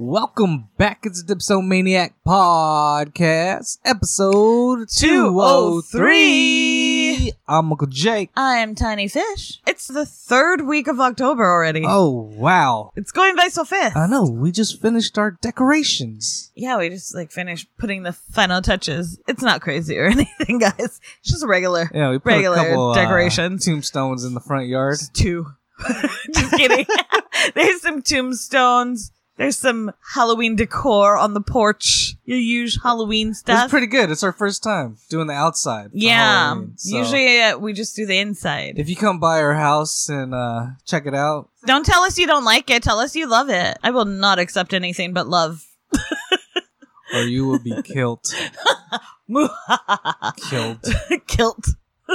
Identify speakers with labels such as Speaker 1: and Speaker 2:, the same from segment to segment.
Speaker 1: Welcome back. It's the Dipsomaniac Podcast, episode 203. I'm Uncle Jake.
Speaker 2: I'm Tiny Fish. It's the third week of October already.
Speaker 1: Oh, wow.
Speaker 2: It's going by so fast.
Speaker 1: I know. We just finished our decorations.
Speaker 2: Yeah, we just like finished putting the final touches. It's not crazy or anything, guys. It's just regular.
Speaker 1: Yeah, we put
Speaker 2: Regular
Speaker 1: a couple uh,
Speaker 2: decorations.
Speaker 1: tombstones in the front yard.
Speaker 2: It's two. just kidding. There's some tombstones. There's some Halloween decor on the porch. Your usual Halloween
Speaker 1: It's
Speaker 2: stuff.
Speaker 1: pretty good. It's our first time doing the outside. for
Speaker 2: yeah.
Speaker 1: Halloween, so-
Speaker 2: Usually uh, we just do the inside.
Speaker 1: If you come by our house and uh, check it out,
Speaker 2: Don't tell us you don't like it. Tell us you love it. I will not accept anything but love.
Speaker 1: or you will be kilt. Killed.
Speaker 2: Kilt.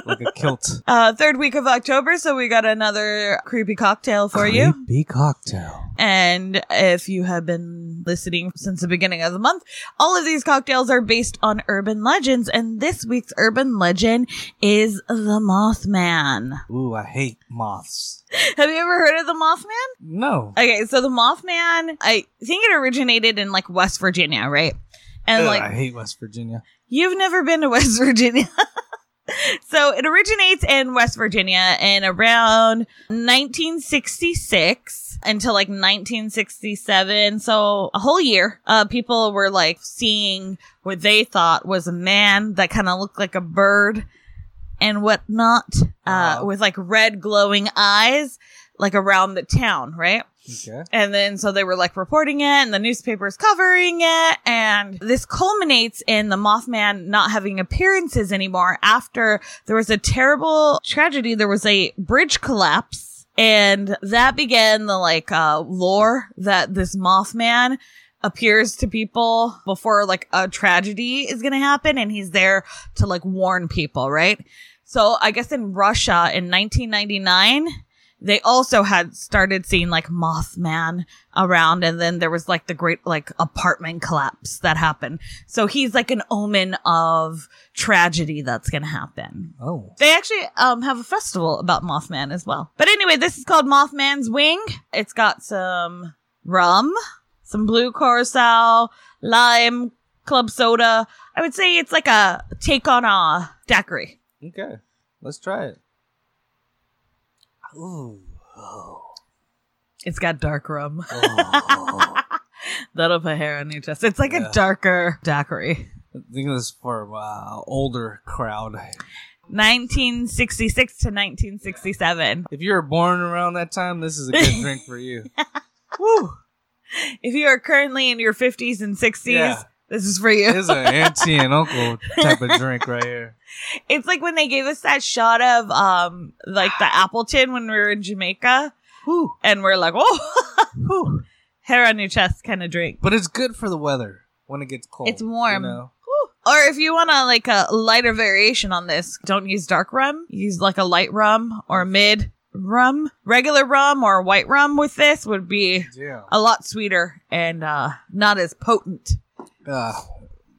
Speaker 1: Like a kilt.
Speaker 2: Uh, third week of October, so we got another creepy cocktail for you.
Speaker 1: Creepy cocktail.
Speaker 2: And if you have been listening since the beginning of the month, all of these cocktails are based on urban legends. And this week's urban legend is the Mothman.
Speaker 1: Ooh, I hate moths.
Speaker 2: Have you ever heard of the Mothman?
Speaker 1: No.
Speaker 2: Okay, so the Mothman, I think it originated in like West Virginia, right? And
Speaker 1: Ugh,
Speaker 2: like
Speaker 1: I hate West Virginia.
Speaker 2: You've never been to West Virginia. so it originates in West Virginia in around 1966 until like 1967. So a whole year, uh, people were like seeing what they thought was a man that kind of looked like a bird and whatnot, uh,
Speaker 1: Wow.
Speaker 2: with like red glowing eyes, like around the town, right?
Speaker 1: Okay.
Speaker 2: And then so they were like reporting it and the newspapers covering it. And this culminates in the Mothman not having appearances anymore after there was a terrible tragedy. There was a bridge collapse and that began the like, uh, lore that this Mothman appears to people before like a tragedy is going to happen. And he's there to like warn people, right? So I guess in Russia in 1999, they also had started seeing like Mothman around, and then there was like the great like apartment collapse that happened. So he's like an omen of tragedy that's gonna happen.
Speaker 1: Oh.
Speaker 2: They actually um, have a festival about Mothman as well. But anyway, this is called Mothman's Wing. It's got some rum, some blue curacao, lime, club soda. I would say it's like a take on a daiquiri.
Speaker 1: Okay. Let's try it. Ooh. Oh.
Speaker 2: It's got dark rum.
Speaker 1: I
Speaker 2: That'll put hair on your chest. It's like
Speaker 1: Oh. Yeah.
Speaker 2: a darker daiquiri.
Speaker 1: think this is for uh, older crowd.
Speaker 2: 1966 to 1967.
Speaker 1: If you were born around that time, this is a good drink for you.
Speaker 2: Woo! If you are currently in your 50s and 60s,
Speaker 1: Yeah.
Speaker 2: this is for you.
Speaker 1: This is an auntie and uncle type of drink right here.
Speaker 2: It's like when they gave us that shot of um like the Appleton when we were in Jamaica
Speaker 1: Whew.
Speaker 2: and we're like, "Oh,
Speaker 1: Whew.
Speaker 2: hair on your chest kind of drink."
Speaker 1: But it's good for the weather when it gets cold.
Speaker 2: It's warm.
Speaker 1: You know?
Speaker 2: Woo. Or if you want to like a lighter variation on this, don't use dark rum. Use like a light rum or mid rum. Regular rum or white rum with this would be
Speaker 1: Yeah.
Speaker 2: a lot sweeter and uh, not as potent.
Speaker 1: Uh,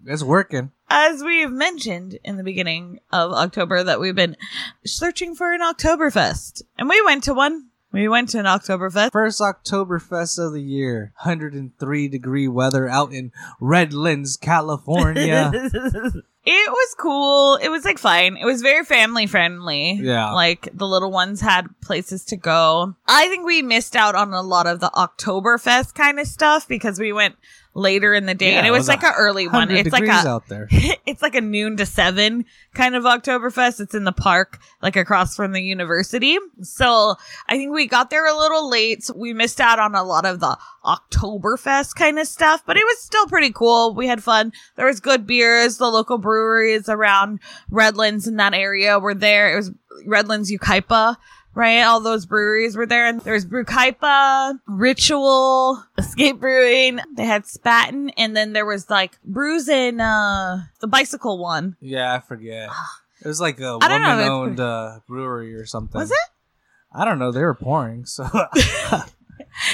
Speaker 1: it's working.
Speaker 2: As we've mentioned in the beginning of October, that we've been searching for an Oktoberfest, and we went to one. We went to an Oktoberfest.
Speaker 1: First Oktoberfest of the year, 103 degree weather out in Redlands, California.
Speaker 2: it was cool. It was like fine. It was very family friendly.
Speaker 1: Yeah.
Speaker 2: Like the little ones had places to go. I think we missed out on a lot of the Oktoberfest kind of stuff because we went later in the day
Speaker 1: Yeah,
Speaker 2: and it
Speaker 1: it
Speaker 2: was,
Speaker 1: was
Speaker 2: like an early one.
Speaker 1: 100
Speaker 2: It's like
Speaker 1: degrees
Speaker 2: a
Speaker 1: out there.
Speaker 2: it's like a noon to seven kind of Oktoberfest. It's in the park, like across from the university. So I think we got there a little late. So we missed out on a lot of the Oktoberfest kind of stuff, but it was still pretty cool. We had fun. There was good beers. The local breweries around Redlands in that area were there. It was Redlands Ukaipa. Right, all those breweries were there, and there was Brew Kaipa, Ritual, Escape Brewing. They had Spaten, and then there was like brews in uh, the bicycle one.
Speaker 1: Yeah, I forget. It was like a
Speaker 2: I don't know, it's
Speaker 1: woman owned uh, brewery or something.
Speaker 2: Was it?
Speaker 1: I don't know. They were pouring. So 'Cause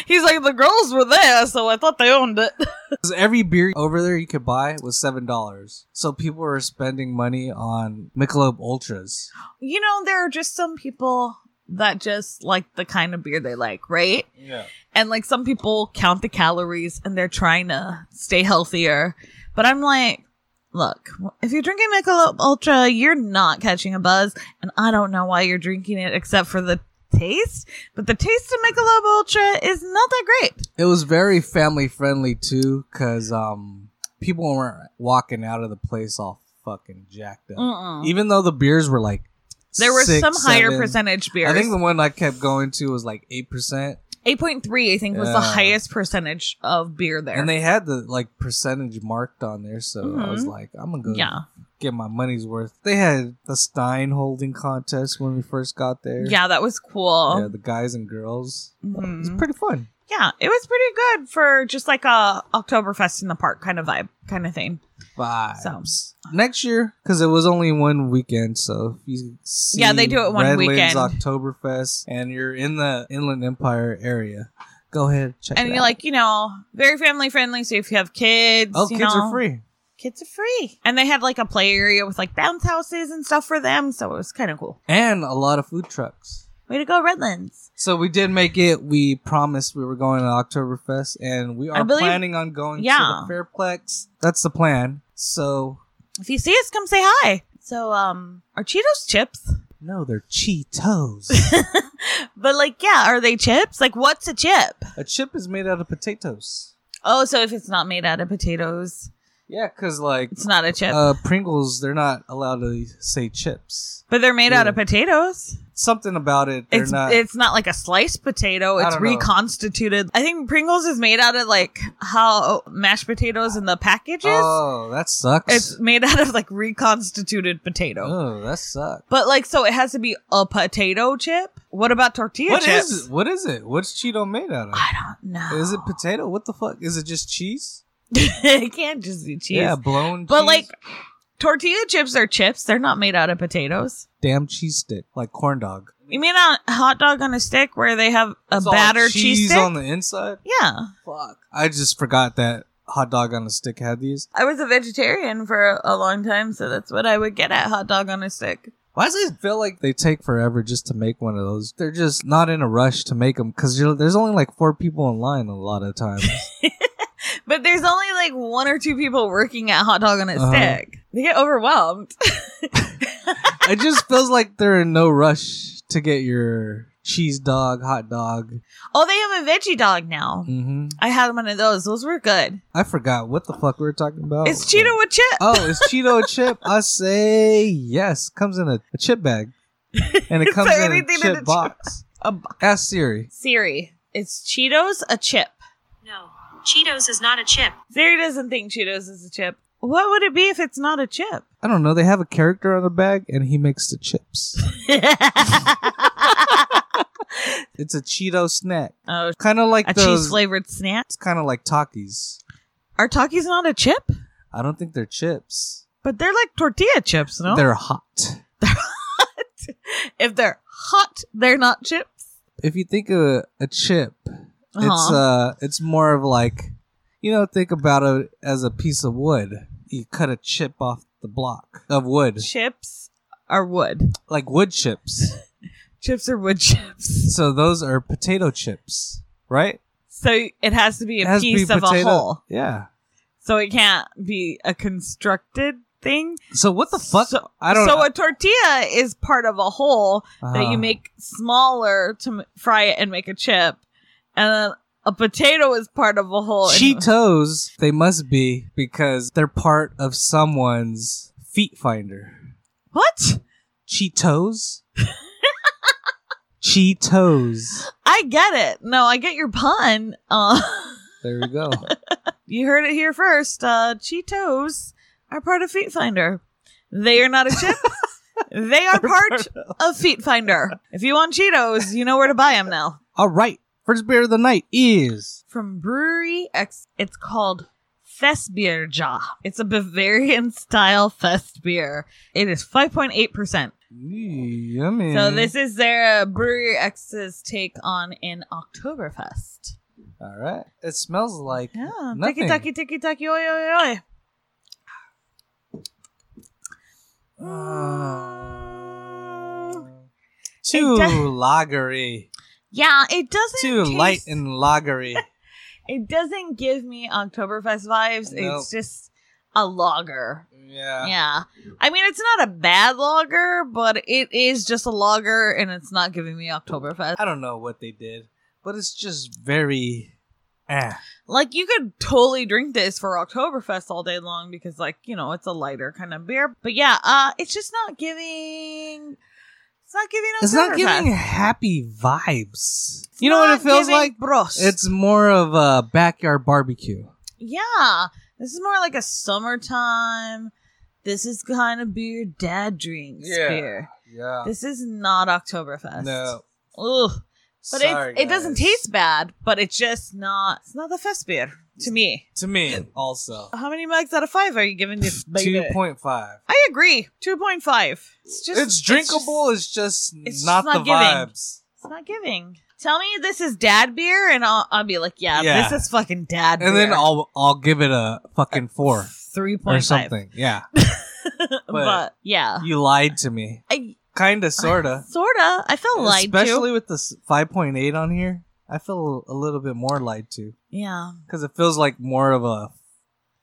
Speaker 2: He's like, the girls were there, so I thought they owned it.
Speaker 1: every beer over there you could buy was $7. So people were spending money on Michelob Ultras.
Speaker 2: You know, there are just some people that just like the kind of beer they like, right?
Speaker 1: Yeah.
Speaker 2: And like some people count the calories and they're trying to stay healthier. But I'm like, look, if you're drinking Michelob Ultra, you're not catching a buzz. And I don't know why you're drinking it except for the taste. But the taste of Michelob Ultra is not that great.
Speaker 1: It was very family friendly too, cause um people weren't walking out of the place all fucking jacked up.
Speaker 2: Mm-mm.
Speaker 1: Even though the beers were like
Speaker 2: Uh-huh. There were
Speaker 1: six,
Speaker 2: some higher
Speaker 1: seven-
Speaker 2: percentage beers.
Speaker 1: I think the one I kept going to was like eight percent,
Speaker 2: 8.3, I think, was the
Speaker 1: Yeah.
Speaker 2: highest percentage of beer there.
Speaker 1: and they had the like percentage marked on there. So I was
Speaker 2: Mhm.
Speaker 1: like, I'm gonna go
Speaker 2: yeah.
Speaker 1: get my money's worth. They had the Stein holding contest when we first got there.
Speaker 2: Yeah, that was
Speaker 1: Yeah,
Speaker 2: cool.
Speaker 1: the guys and girls.
Speaker 2: Mhm.
Speaker 1: It's pretty fun.
Speaker 2: Yeah, it was pretty good for just like a Oktoberfest in the park kind of vibe, kind of thing.
Speaker 1: Vibes.
Speaker 2: So-
Speaker 1: Next year, because it was only one weekend, so if you see
Speaker 2: Yeah, they do it one
Speaker 1: Redlands
Speaker 2: weekend.
Speaker 1: Oktoberfest, and you're in the Inland Empire area, go ahead check.
Speaker 2: And
Speaker 1: it
Speaker 2: you're
Speaker 1: out.
Speaker 2: like, you know, very family friendly. So if you have kids,
Speaker 1: oh,
Speaker 2: you
Speaker 1: kids
Speaker 2: know,
Speaker 1: are free.
Speaker 2: Kids are free. And they had like a play area with like bounce houses and stuff for them. So it was kind of cool.
Speaker 1: and a lot of food trucks.
Speaker 2: Way to go, Redlands.
Speaker 1: So we did make it. We promised we were going to Oktoberfest, and we
Speaker 2: I
Speaker 1: are
Speaker 2: believe-
Speaker 1: planning on going
Speaker 2: Yeah.
Speaker 1: to the Fairplex. That's the plan. So
Speaker 2: If you see us, come say hi. So, um, are Cheetos chips?
Speaker 1: no, they're Cheetos.
Speaker 2: But like, yeah, are they chips? Like, what's a chip?
Speaker 1: a chip is made out of potatoes.
Speaker 2: Oh, so if it's not made out of potatoes,
Speaker 1: Yeah, because like
Speaker 2: it's not a chip.
Speaker 1: uh, Pringles, they're not allowed to say chips.
Speaker 2: but they're made out of
Speaker 1: yeah.
Speaker 2: potatoes.
Speaker 1: Something about it. They're
Speaker 2: It's
Speaker 1: not.
Speaker 2: it's not like a sliced potato.
Speaker 1: I
Speaker 2: It's
Speaker 1: don't know.
Speaker 2: reconstituted. I think Pringles is made out of like how mashed potatoes in the packages.
Speaker 1: oh, that sucks.
Speaker 2: It's made out of like reconstituted potato.
Speaker 1: oh, that sucks.
Speaker 2: But like, so it has to be a potato chip. What about tortilla
Speaker 1: What
Speaker 2: chips?
Speaker 1: is it? What is it? What's Cheeto made out of?
Speaker 2: I don't know.
Speaker 1: Is it potato? What the fuck? Is it just cheese?
Speaker 2: it can't just be cheese.
Speaker 1: Yeah, blown.
Speaker 2: but
Speaker 1: cheese?
Speaker 2: like, tortilla chips are chips. They're not made out of potatoes.
Speaker 1: damn cheese stick, like corn dog.
Speaker 2: You mean a hot dog on a stick where they have a
Speaker 1: It's all
Speaker 2: batter cheese, stick?
Speaker 1: on the inside.
Speaker 2: yeah.
Speaker 1: Fuck, I just forgot that hot dog on a stick had these.
Speaker 2: I was a vegetarian for a long time, so that's what I would get at hot dog on a stick.
Speaker 1: Why does it feel like they take forever just to make one of those? They're just not in a rush to make them because there's only like four people in line a lot of times.
Speaker 2: But there's only like one or two people working at hot dog on a
Speaker 1: Uh-huh.
Speaker 2: stick. They get overwhelmed.
Speaker 1: it just feels like they're in no rush to get your cheese dog, hot dog.
Speaker 2: Oh, they have a veggie dog now.
Speaker 1: hmm
Speaker 2: I had one of those. Those were good.
Speaker 1: I forgot what the fuck we were talking about.
Speaker 2: it's Cheeto with chip.
Speaker 1: Oh, it's Cheeto a chip? I say yes. Comes in a, a chip bag. And it
Speaker 2: Is
Speaker 1: comes
Speaker 2: there
Speaker 1: in a
Speaker 2: anything in
Speaker 1: chip
Speaker 2: a chip
Speaker 1: box.
Speaker 2: A bo-
Speaker 1: Ask Siri.
Speaker 2: Siri, it's Cheetos a chip.
Speaker 3: No, Cheetos is not a chip.
Speaker 2: Siri doesn't think Cheetos is a chip. What would it be if it's not a chip?
Speaker 1: I don't know. They have a character on the bag and he makes the chips.
Speaker 2: Oh,
Speaker 1: it's a Cheeto snack.
Speaker 2: oh,
Speaker 1: Kind of like
Speaker 2: a
Speaker 1: those.
Speaker 2: cheese flavored snack.
Speaker 1: it's kind of like Takis.
Speaker 2: Are Takis not a chip?
Speaker 1: I don't think they're chips.
Speaker 2: But they're like tortilla chips, no?
Speaker 1: They're hot.
Speaker 2: if they're hot, they're not chips.
Speaker 1: If you think of a chip, it's
Speaker 2: Uh-huh.
Speaker 1: uh, it's more of like, you know, think about it as a piece of wood. You cut a chip off the block of wood,
Speaker 2: chips are wood.
Speaker 1: like wood chips.
Speaker 2: Chips are wood chips.
Speaker 1: So those are potato chips, right?
Speaker 2: So it has to be
Speaker 1: It
Speaker 2: a
Speaker 1: has to be
Speaker 2: piece of a
Speaker 1: potato-
Speaker 2: whole.
Speaker 1: Yeah.
Speaker 2: So it can't be a constructed thing.
Speaker 1: So what the fuck?
Speaker 2: So-
Speaker 1: I don't.
Speaker 2: so a tortilla is part of a whole that
Speaker 1: Uh-huh.
Speaker 2: you make smaller to m- fry it and make a chip. And then a potato is part of a whole. and-
Speaker 1: Cheetos. They must be because they're part of someone's feet finder.
Speaker 2: what?
Speaker 1: Cheetos. Cheetos.
Speaker 2: I get it. No, I get your pun. Uh,
Speaker 1: There we go.
Speaker 2: you heard it here first. Uh, Cheetos are part of Feet Finder. They are not a chip. they are part of Feet Finder. If you want Cheetos, you know where to buy them now.
Speaker 1: All right. First beer of the night is
Speaker 2: From Brewery X, it's called Festbierja. It's a Bavarian style fest beer. It is 5.8%.
Speaker 1: yummy.
Speaker 2: So this is their uh, Brewery X's take on an Oktoberfest.
Speaker 1: All right. It smells like uh,
Speaker 2: Yeah. Tiki
Speaker 1: nothing.
Speaker 2: taki tiki taki oi oi oi.
Speaker 1: Uh, Too
Speaker 2: Mm. does-
Speaker 1: lagery.
Speaker 2: Yeah, it doesn't
Speaker 1: Too
Speaker 2: taste-
Speaker 1: light and lagery.
Speaker 2: it doesn't give me Oktoberfest vibes.
Speaker 1: Nope.
Speaker 2: It's just a lager.
Speaker 1: Yeah.
Speaker 2: Yeah. I mean, it's not a bad lager, but it is just a lager and it's not giving me Oktoberfest.
Speaker 1: I don't know what they did, but it's just very. Eh.
Speaker 2: Like, you could totally drink this for Oktoberfest all day long because, like, you know, it's a lighter kind of beer. But yeah, uh, it's just not giving. It's not giving Oktoberfest.
Speaker 1: It's not giving happy vibes. you know what
Speaker 2: not
Speaker 1: it feels
Speaker 2: giving
Speaker 1: like?
Speaker 2: Bros.
Speaker 1: It's more of a backyard barbecue.
Speaker 2: Yeah. This is more like a summertime. This is kind of beer dad drinks
Speaker 1: Yeah.
Speaker 2: beer.
Speaker 1: Yeah.
Speaker 2: This is not Oktoberfest.
Speaker 1: No.
Speaker 2: Ugh. But
Speaker 1: Sorry,
Speaker 2: it, it doesn't
Speaker 1: guys.
Speaker 2: taste bad, but it's just not it's not the fest beer to me.
Speaker 1: To me, also.
Speaker 2: How many mugs out of five are Oh, you giving this baby?
Speaker 1: 2.5.
Speaker 2: I agree. Two point five. It's just
Speaker 1: it's drinkable, it's just,
Speaker 2: it's just
Speaker 1: not,
Speaker 2: not
Speaker 1: the
Speaker 2: giving.
Speaker 1: vibes.
Speaker 2: just- it's not giving. Tell me this is dad beer, and I'll, I'll be like, yeah,
Speaker 1: Yeah.
Speaker 2: this is fucking dad.
Speaker 1: And
Speaker 2: beer.
Speaker 1: then I'll I'll give it a fucking four
Speaker 2: three
Speaker 1: or
Speaker 2: point five.
Speaker 1: something. Yeah.
Speaker 2: but,
Speaker 1: But-
Speaker 2: yeah,
Speaker 1: You lied to me.
Speaker 2: I
Speaker 1: Kinda sorta.
Speaker 2: sorta. I felt lied to.
Speaker 1: Especially with this five point eight on here. I feel a little bit more lied to.
Speaker 2: Yeah,
Speaker 1: Because it feels like more of a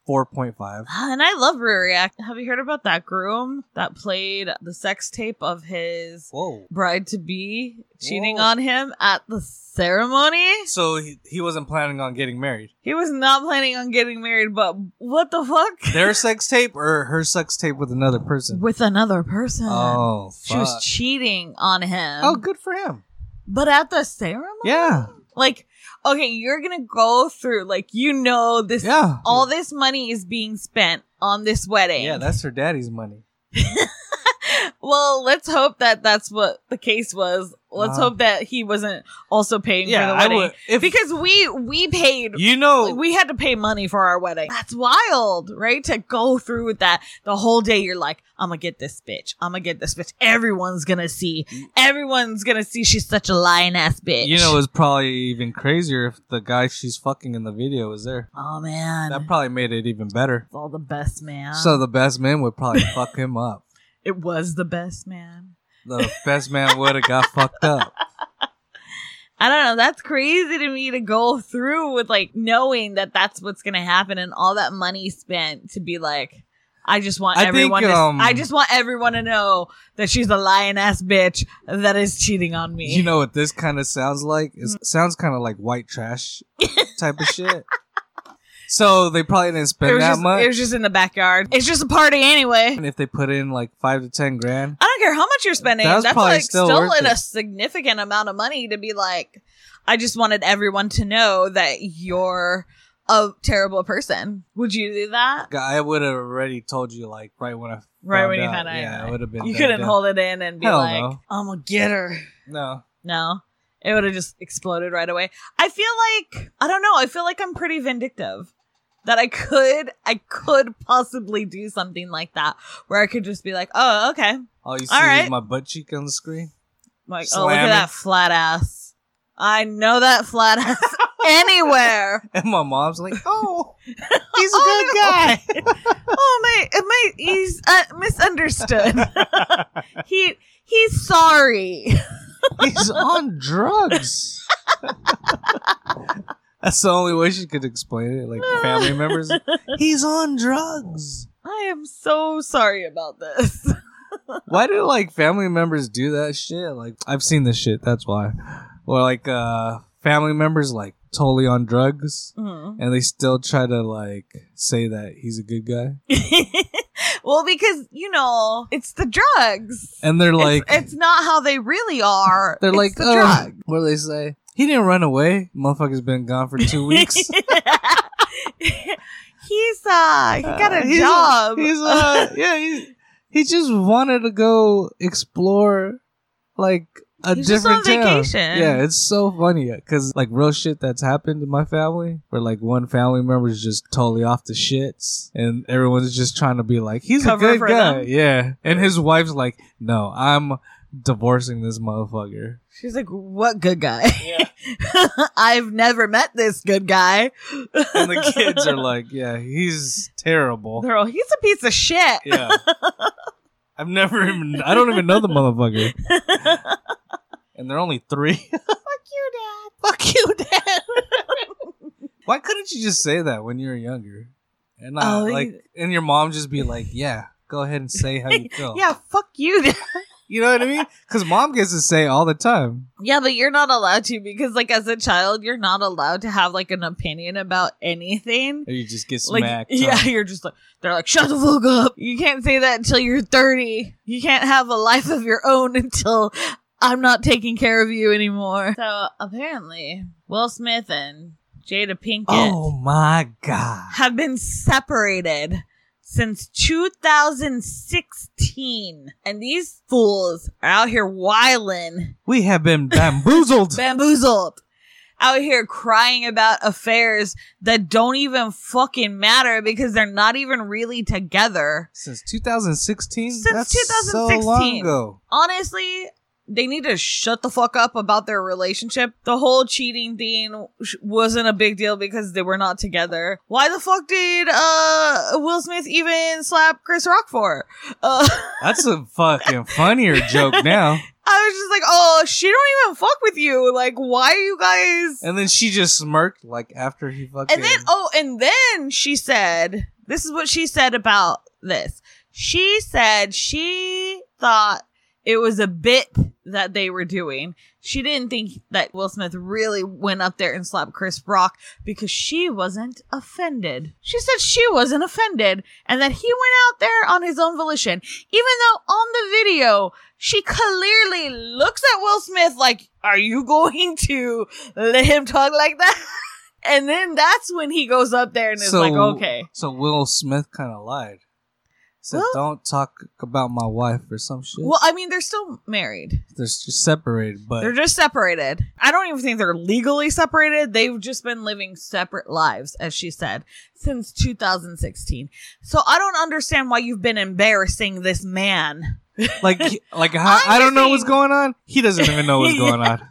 Speaker 1: four point five.
Speaker 2: Ah, and I love Brewery Act. Have you heard about that groom that played the sex tape of his
Speaker 1: Whoa.
Speaker 2: bride to be cheating
Speaker 1: Whoa.
Speaker 2: on him at the ceremony.
Speaker 1: So he, he wasn't planning on getting married.
Speaker 2: He was not planning on getting married, but what the fuck?
Speaker 1: Their sex tape or her sex tape with another person?
Speaker 2: With another person.
Speaker 1: oh,
Speaker 2: she was cheating on him.
Speaker 1: oh, good for him.
Speaker 2: But at the ceremony?
Speaker 1: Yeah,
Speaker 2: Like, okay, you're gonna go through, like, you know, this,
Speaker 1: yeah.
Speaker 2: all this money is being spent on this wedding.
Speaker 1: yeah, that's her daddy's money.
Speaker 2: well, let's hope that that's what the case was. Let's
Speaker 1: Wow.
Speaker 2: hope that he wasn't also paying
Speaker 1: Uh-huh. Yeah,
Speaker 2: for the
Speaker 1: I
Speaker 2: wedding.
Speaker 1: would. If
Speaker 2: because we we paid
Speaker 1: you know,
Speaker 2: Like, we had to pay money for our wedding. That's wild, right? To go through with that the whole day. You're like, I'm gonna get this bitch. I'm gonna get this bitch. Everyone's gonna see. Everyone's gonna see she's such a lying ass bitch.
Speaker 1: you know, it was probably even crazier if the guy she's fucking in the video was there.
Speaker 2: oh man,
Speaker 1: That probably made it even better.
Speaker 2: it's all the best man.
Speaker 1: So the best man would probably fuck him up.
Speaker 2: it was the best man.
Speaker 1: The best man would have got fucked up.
Speaker 2: I don't know. That's crazy to me to go through with like knowing that that's what's gonna happen and all that money spent to be like. I just want
Speaker 1: I think,
Speaker 2: everyone. to,
Speaker 1: um,
Speaker 2: I just want everyone to know that she's a lying ass bitch that is cheating on me.
Speaker 1: You know what this kind of sounds like?
Speaker 2: Mm.
Speaker 1: It sounds kind of like white trash type of shit. So they probably didn't
Speaker 2: it
Speaker 1: spend
Speaker 2: was
Speaker 1: that
Speaker 2: just,
Speaker 1: much.
Speaker 2: It was just in the backyard. It's just a party anyway.
Speaker 1: and if they put in like five to ten grand,
Speaker 2: I don't care how much you're spending.
Speaker 1: That was
Speaker 2: That's,
Speaker 1: probably
Speaker 2: like
Speaker 1: still
Speaker 2: still,
Speaker 1: worth
Speaker 2: in
Speaker 1: it.
Speaker 2: a significant amount of money to be like, I just wanted everyone to know that you're a terrible person. Would you do that?
Speaker 1: I would have already told you like right when I
Speaker 2: Right
Speaker 1: found
Speaker 2: when you
Speaker 1: out.
Speaker 2: found out.
Speaker 1: Yeah, it would have been.
Speaker 2: you
Speaker 1: done,
Speaker 2: couldn't
Speaker 1: done.
Speaker 2: hold it in and be
Speaker 1: Hell
Speaker 2: like,
Speaker 1: no.
Speaker 2: I'm gonna get her.
Speaker 1: No,
Speaker 2: No. It would have just exploded right away. I feel like I don't know, I feel like I'm pretty vindictive. That I could I could possibly do something like that where I could just be like, Oh, okay.
Speaker 1: all you see
Speaker 2: All
Speaker 1: is
Speaker 2: right.
Speaker 1: my butt cheek on the screen.
Speaker 2: Like, oh, look
Speaker 1: Slamming.
Speaker 2: at that flat ass. I know that flat ass anywhere.
Speaker 1: And my mom's like, "Oh, he's a
Speaker 2: Oh,
Speaker 1: good guy."
Speaker 2: Oh my, my he's uh, misunderstood. he he's sorry.
Speaker 1: he's on drugs. That's the only way she could explain it. Like family members, he's on drugs.
Speaker 2: I am so sorry about this.
Speaker 1: Why do like family members do that shit? Like I've seen this shit. That's why. Or like uh family members like totally on drugs.
Speaker 2: Mm.
Speaker 1: and they still try to like say that he's a good guy
Speaker 2: well, because you know it's the drugs.
Speaker 1: and they're like
Speaker 2: it's, it's not how they really are.
Speaker 1: they're
Speaker 2: It's
Speaker 1: like
Speaker 2: the
Speaker 1: "Oh,"
Speaker 2: drug.
Speaker 1: what do they say he didn't run away motherfucker's been gone for two weeks
Speaker 2: he's uh he got
Speaker 1: Uh,
Speaker 2: a
Speaker 1: he's
Speaker 2: job.
Speaker 1: he's uh yeah he, he just wanted to go explore like a
Speaker 2: He's just
Speaker 1: different
Speaker 2: on
Speaker 1: town.
Speaker 2: vacation.
Speaker 1: yeah it's so funny because like real shit that's happened in my family where like one family member is just totally off the shits and everyone's just trying to be like he's
Speaker 2: Cover
Speaker 1: a good
Speaker 2: for
Speaker 1: guy
Speaker 2: them.
Speaker 1: yeah and his wife's like no i'm divorcing this motherfucker
Speaker 2: She's like, what good guy? I've never met this good guy.
Speaker 1: and the kids are like yeah he's terrible
Speaker 2: They're all, he's a piece of shit.
Speaker 1: yeah i've never even i don't even know the motherfucker and they're only three.
Speaker 2: Fuck you, Dad.
Speaker 1: Fuck you, Dad. Why couldn't you just say that when you were younger? And not,
Speaker 2: Oh, you-
Speaker 1: like, and your mom just be like, "Yeah, go ahead and say how you feel."
Speaker 2: Yeah, fuck you, Dad.
Speaker 1: you know what I mean? Because mom gets to say all the time.
Speaker 2: Yeah, but you're not allowed to because, like, as a child, you're not allowed to have like an opinion about anything.
Speaker 1: Or you just get
Speaker 2: Like,
Speaker 1: smacked.
Speaker 2: yeah,
Speaker 1: huh?
Speaker 2: you're just like they're like, shut the fuck up. You can't say that until you're 30. You can't have a life of your own until I'm not taking care of you anymore. So apparently, Will Smith and Jada Pinkett
Speaker 1: Oh my god.
Speaker 2: have been separated since 2016, and these fools are out here wildin'
Speaker 1: We have been bamboozled.
Speaker 2: bamboozled out here crying about affairs that don't even fucking matter because they're not even really together.
Speaker 1: Since 2016?
Speaker 2: Since
Speaker 1: That's so
Speaker 2: 2016.
Speaker 1: long ago.
Speaker 2: Honestly, they need to shut the fuck up about their relationship. The whole cheating thing sh- wasn't a big deal because they were not together. Why the fuck did uh Will Smith even slap Chris Rock for? Uh,
Speaker 1: That's a fucking funnier joke now.
Speaker 2: I was just like, oh, she don't even fuck with you. Like, why are you guys?
Speaker 1: And then she just smirked like after he fucking.
Speaker 2: And then, oh, and then she said, this is what she said about this. She said she thought it was a bit that they were doing. She didn't think that Will Smith really went up there and slapped Chris Rock because she wasn't offended. She said she wasn't offended and that he went out there on his own volition, even though on the video, she clearly looks at Will Smith like, are you going to let him talk like that? And then that's when he goes up there and is
Speaker 1: So-
Speaker 2: like, okay.
Speaker 1: So Will Smith kind of lied. Said,
Speaker 2: Well-
Speaker 1: don't talk about my wife or some shit.
Speaker 2: Well, I mean, they're still married.
Speaker 1: They're just separated, but
Speaker 2: They're just separated. I don't even think they're legally separated. They've just been living separate lives, as she said, since 2016. So I don't understand why you've been embarrassing this man.
Speaker 1: like, he- like how,
Speaker 2: I'm
Speaker 1: I don't know
Speaker 2: saying-
Speaker 1: what's going on. He doesn't even know what's
Speaker 2: Yeah.
Speaker 1: going on.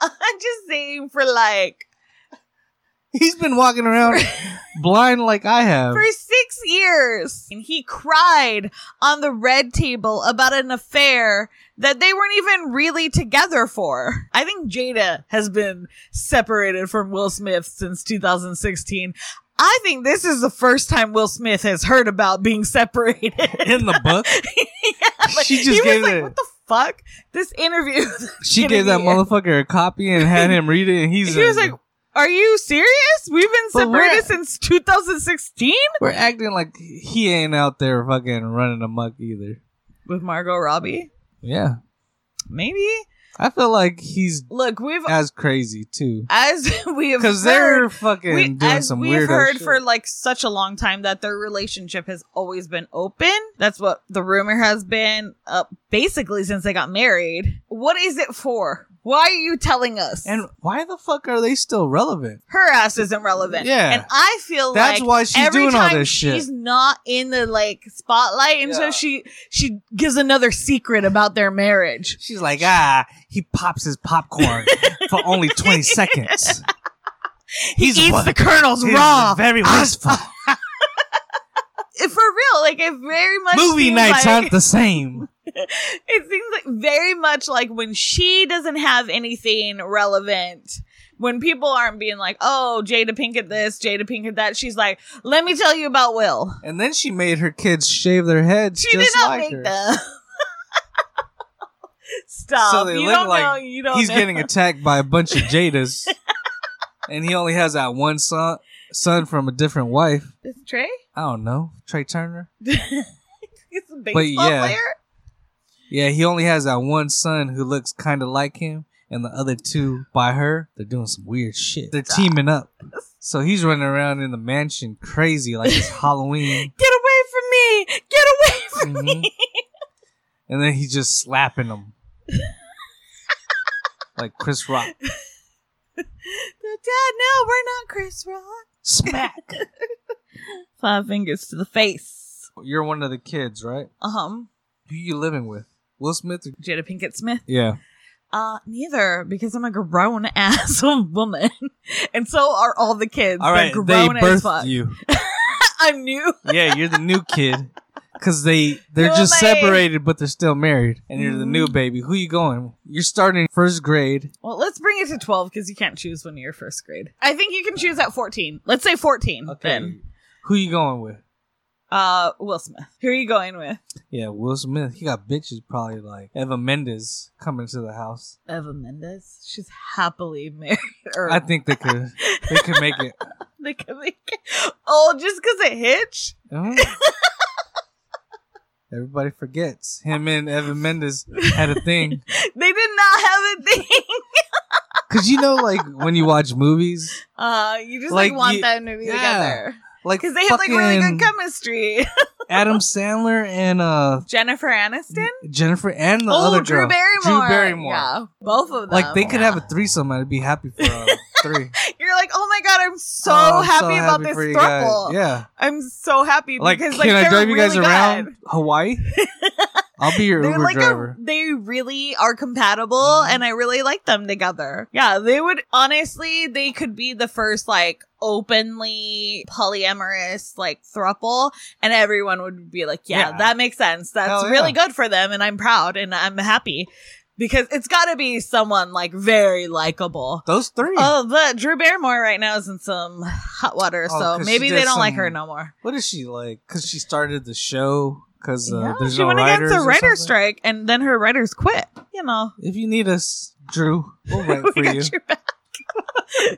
Speaker 2: I'm just saying for like
Speaker 1: He's been walking around blind like I have.
Speaker 2: for six years. And he cried on the red table about an affair that they weren't even really together for. I think Jada has been separated from Will Smith since 2016. I think this is the first time Will Smith has heard about being separated.
Speaker 1: In the book,
Speaker 2: Like,
Speaker 1: She just
Speaker 2: he
Speaker 1: gave
Speaker 2: was like,
Speaker 1: it-
Speaker 2: "What the fuck?" This interview.
Speaker 1: she
Speaker 2: Gonna
Speaker 1: gave that
Speaker 2: be-
Speaker 1: motherfucker a copy and had him read it, and he's
Speaker 2: he was like, "Are you serious? We've been
Speaker 1: But we're-
Speaker 2: separated since 2016."
Speaker 1: We're acting like he ain't out there fucking running amok either.
Speaker 2: With Margot Robbie,
Speaker 1: Yeah.
Speaker 2: maybe.
Speaker 1: I feel like he's
Speaker 2: Look, we've
Speaker 1: as crazy too.
Speaker 2: as we have
Speaker 1: Because
Speaker 2: heard,
Speaker 1: Uh, they're fucking
Speaker 2: we,
Speaker 1: doing
Speaker 2: as
Speaker 1: some
Speaker 2: we've
Speaker 1: weird
Speaker 2: heard
Speaker 1: shit.
Speaker 2: for like such a long time that their relationship has always been open. That's what the rumor has been uh, basically since they got married. What is it for? Why are you telling us?
Speaker 1: and why the fuck are they still relevant?
Speaker 2: her ass isn't relevant.
Speaker 1: Yeah.
Speaker 2: and I feel
Speaker 1: That's
Speaker 2: like
Speaker 1: why she's
Speaker 2: every
Speaker 1: doing all
Speaker 2: time
Speaker 1: this shit.
Speaker 2: she's not in the like spotlight, and so
Speaker 1: Yeah.
Speaker 2: she she gives another secret about their marriage.
Speaker 1: She's like, ah, he pops his popcorn for only 20 seconds. He's
Speaker 2: he eats
Speaker 1: wa-
Speaker 2: the kernels
Speaker 1: he's
Speaker 2: raw.
Speaker 1: Very wasteful.
Speaker 2: If for real, like it very much
Speaker 1: Movie
Speaker 2: seems
Speaker 1: nights
Speaker 2: like-
Speaker 1: aren't the same.
Speaker 2: it seems like very much like when she doesn't have anything relevant when people aren't being like oh jada pinkett this jada pinkett that she's like let me tell you about will
Speaker 1: And then she made her kids shave their heads
Speaker 2: she
Speaker 1: just
Speaker 2: did not
Speaker 1: like
Speaker 2: make
Speaker 1: her.
Speaker 2: them stop
Speaker 1: So they
Speaker 2: you
Speaker 1: look
Speaker 2: don't
Speaker 1: like
Speaker 2: know you don't
Speaker 1: He's
Speaker 2: know.
Speaker 1: getting attacked by a bunch of Jadas. and he only has that one son, son from a different wife.
Speaker 2: this trey
Speaker 1: I don't know. Trey Turner?
Speaker 2: he's a baseball
Speaker 1: yeah.
Speaker 2: player
Speaker 1: Yeah, he only has that one son who looks kind of like him, and the other two by her. They're doing some weird shit. They're teaming up. So he's running around in the mansion crazy like it's Halloween.
Speaker 2: get away from me get away from
Speaker 1: Mhm. And then he's just slapping them. like Chris Rock.
Speaker 2: the dad no we're not chris rock
Speaker 1: Smack!
Speaker 2: five fingers to the face
Speaker 1: You're one of the kids, right?
Speaker 2: um
Speaker 1: Who you living with? Will Smith? Or-
Speaker 2: jada pinkett smith
Speaker 1: yeah.
Speaker 2: Uh, neither, because I'm a grown ass woman, and so are all the kids.
Speaker 1: All right.
Speaker 2: They're
Speaker 1: They
Speaker 2: grown as
Speaker 1: birthed
Speaker 2: fuck.
Speaker 1: you.
Speaker 2: I'm new.
Speaker 1: Yeah, you're the new kid. because they they're
Speaker 2: No
Speaker 1: just
Speaker 2: way.
Speaker 1: separated, but they're still married, and you're the new
Speaker 2: Mm.
Speaker 1: baby. Who you going? You're starting first grade.
Speaker 2: Well, let's bring it to 12 because you can't choose when you're first grade. I think you can choose at 14. Let's say 14. Then.
Speaker 1: Who you going with?
Speaker 2: Uh, Will Smith. Who are you going with?
Speaker 1: Yeah, Will Smith. He got bitches probably like Eva Mendes coming to the house.
Speaker 2: Eva Mendes. She's happily married. Or
Speaker 1: I think they could they could make it.
Speaker 2: they can make it. Oh, just because it hitch?
Speaker 1: Uh-huh. Everybody forgets him and Evan Mendes had a thing
Speaker 2: They did not have a thing.
Speaker 1: because you know, like when you watch movies,
Speaker 2: Uh, you just
Speaker 1: Like,
Speaker 2: like, want
Speaker 1: you-
Speaker 2: that movie
Speaker 1: yeah.
Speaker 2: together
Speaker 1: like
Speaker 2: because they have like really
Speaker 1: fucking
Speaker 2: good chemistry.
Speaker 1: Adam Sandler and uh
Speaker 2: Jennifer Aniston.
Speaker 1: Jennifer and the
Speaker 2: oh,
Speaker 1: other
Speaker 2: Drew
Speaker 1: girl,
Speaker 2: Barrymore.
Speaker 1: Drew Barrymore.
Speaker 2: Yeah, both of them.
Speaker 1: Like they could
Speaker 2: Yeah.
Speaker 1: have a threesome. I'd be happy for uh, three.
Speaker 2: You're like, oh my god, I'm so
Speaker 1: Oh, I'm
Speaker 2: happy about
Speaker 1: happy
Speaker 2: this
Speaker 1: for you guys.
Speaker 2: throuple.
Speaker 1: Yeah.
Speaker 2: I'm so happy
Speaker 1: Like,
Speaker 2: because like
Speaker 1: can I
Speaker 2: they're
Speaker 1: drive you guys
Speaker 2: really
Speaker 1: around
Speaker 2: good.
Speaker 1: Hawaii? I'll be your
Speaker 2: They're
Speaker 1: Uber
Speaker 2: like a,
Speaker 1: driver.
Speaker 2: they really are compatible,
Speaker 1: Mhm.
Speaker 2: and I really like them together. Yeah, they would honestly, they could be the first like openly polyamorous like thruple, and everyone would be like, "Yeah,
Speaker 1: Yeah.
Speaker 2: that makes sense. That's
Speaker 1: Hell yeah.
Speaker 2: really good for them," and I'm proud and I'm happy because it's got to be someone like very likable.
Speaker 1: Those three.
Speaker 2: Oh, but Drew Barrymore right now is in some hot water,
Speaker 1: Oh,
Speaker 2: so
Speaker 1: 'cause she
Speaker 2: maybe
Speaker 1: did
Speaker 2: they don't like
Speaker 1: some-
Speaker 2: her no more.
Speaker 1: What is she like? Because she started the show. Because uh,
Speaker 2: yeah,
Speaker 1: there's
Speaker 2: she
Speaker 1: no
Speaker 2: went
Speaker 1: writers
Speaker 2: against the
Speaker 1: or
Speaker 2: writer's
Speaker 1: something?
Speaker 2: strike, and then her writers quit. You know.
Speaker 1: If you need us, Drew, we'll write
Speaker 2: we
Speaker 1: for
Speaker 2: got
Speaker 1: you.
Speaker 2: your back.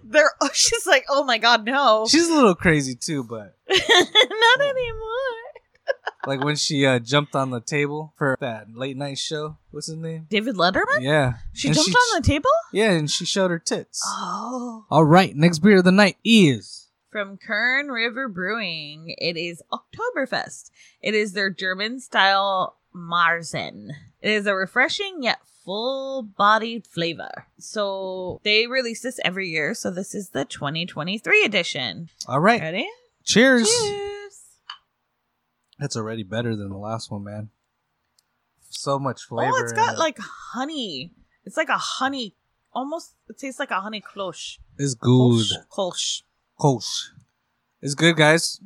Speaker 2: They're, oh, she's like, oh my god, no,
Speaker 1: She's a little crazy too, but
Speaker 2: not anymore.
Speaker 1: like when she uh, jumped on the table for that late night show. What's his name?
Speaker 2: David Letterman.
Speaker 1: Yeah.
Speaker 2: She
Speaker 1: And
Speaker 2: jumped on the table.
Speaker 1: Yeah, and she showed her tits.
Speaker 2: Oh,
Speaker 1: All right, next beer of the night is.
Speaker 2: from Kern River Brewing, it is Oktoberfest. It is their German style Marzen. It is a refreshing yet full-bodied flavor. So they release this every year. So this is the 2023 edition.
Speaker 1: All right,
Speaker 2: Ready?
Speaker 1: cheers.
Speaker 2: Cheers.
Speaker 1: That's already better than the last one, man. So much flavor.
Speaker 2: Oh, it's
Speaker 1: in
Speaker 2: got
Speaker 1: it.
Speaker 2: like honey. It's like a honey, almost. It tastes like a honey cloche.
Speaker 1: it's good.
Speaker 2: Cloche.
Speaker 1: Kosh. It's good, guys.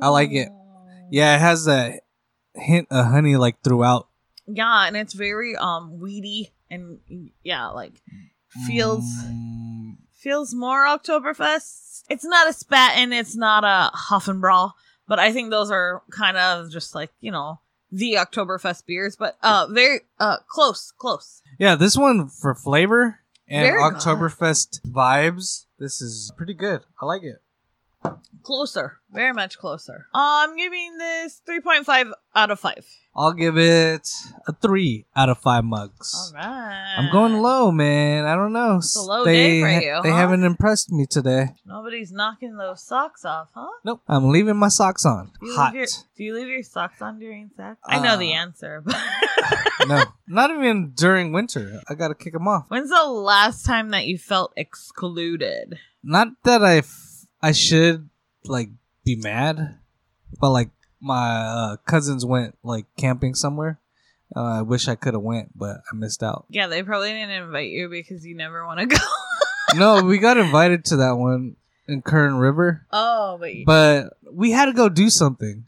Speaker 1: I like it. Yeah, it has a hint of honey like throughout.
Speaker 2: Yeah, and it's very um weedy and yeah, like feels
Speaker 1: Mm,
Speaker 2: feels more Oktoberfest. It's not a Spaten. It's not a Hoffenbrau. But I think those are kind of just like you know the Oktoberfest beers, but uh very uh close, close.
Speaker 1: yeah, this one for flavor and
Speaker 2: Very good.
Speaker 1: Oktoberfest vibes. This is pretty good. I like it.
Speaker 2: Closer, very much closer. I'm giving this 3.5 out of 5.
Speaker 1: I'll give it a three out of five mugs.
Speaker 2: All right.
Speaker 1: I'm going low, man. I don't know.
Speaker 2: Uh, a low day for you,
Speaker 1: They
Speaker 2: huh?
Speaker 1: haven't impressed me today.
Speaker 2: Nobody's knocking those socks off, huh?
Speaker 1: Nope. I'm leaving my socks on.
Speaker 2: Do you
Speaker 1: Hot.
Speaker 2: Leave your, do you leave your socks on during sex? I know the
Speaker 1: Uh,
Speaker 2: answer, but
Speaker 1: no, not even during winter. I gotta kick them off.
Speaker 2: when's the last time that you felt excluded?
Speaker 1: Not that I, f- I should like be mad, but like my uh, cousins went like camping somewhere. Uh, I wish I could have went, but I missed out.
Speaker 2: Yeah, they probably didn't invite you because you never want to go.
Speaker 1: no, we got invited to that one in Kern River,
Speaker 2: oh, but, you
Speaker 1: but we had to go do something.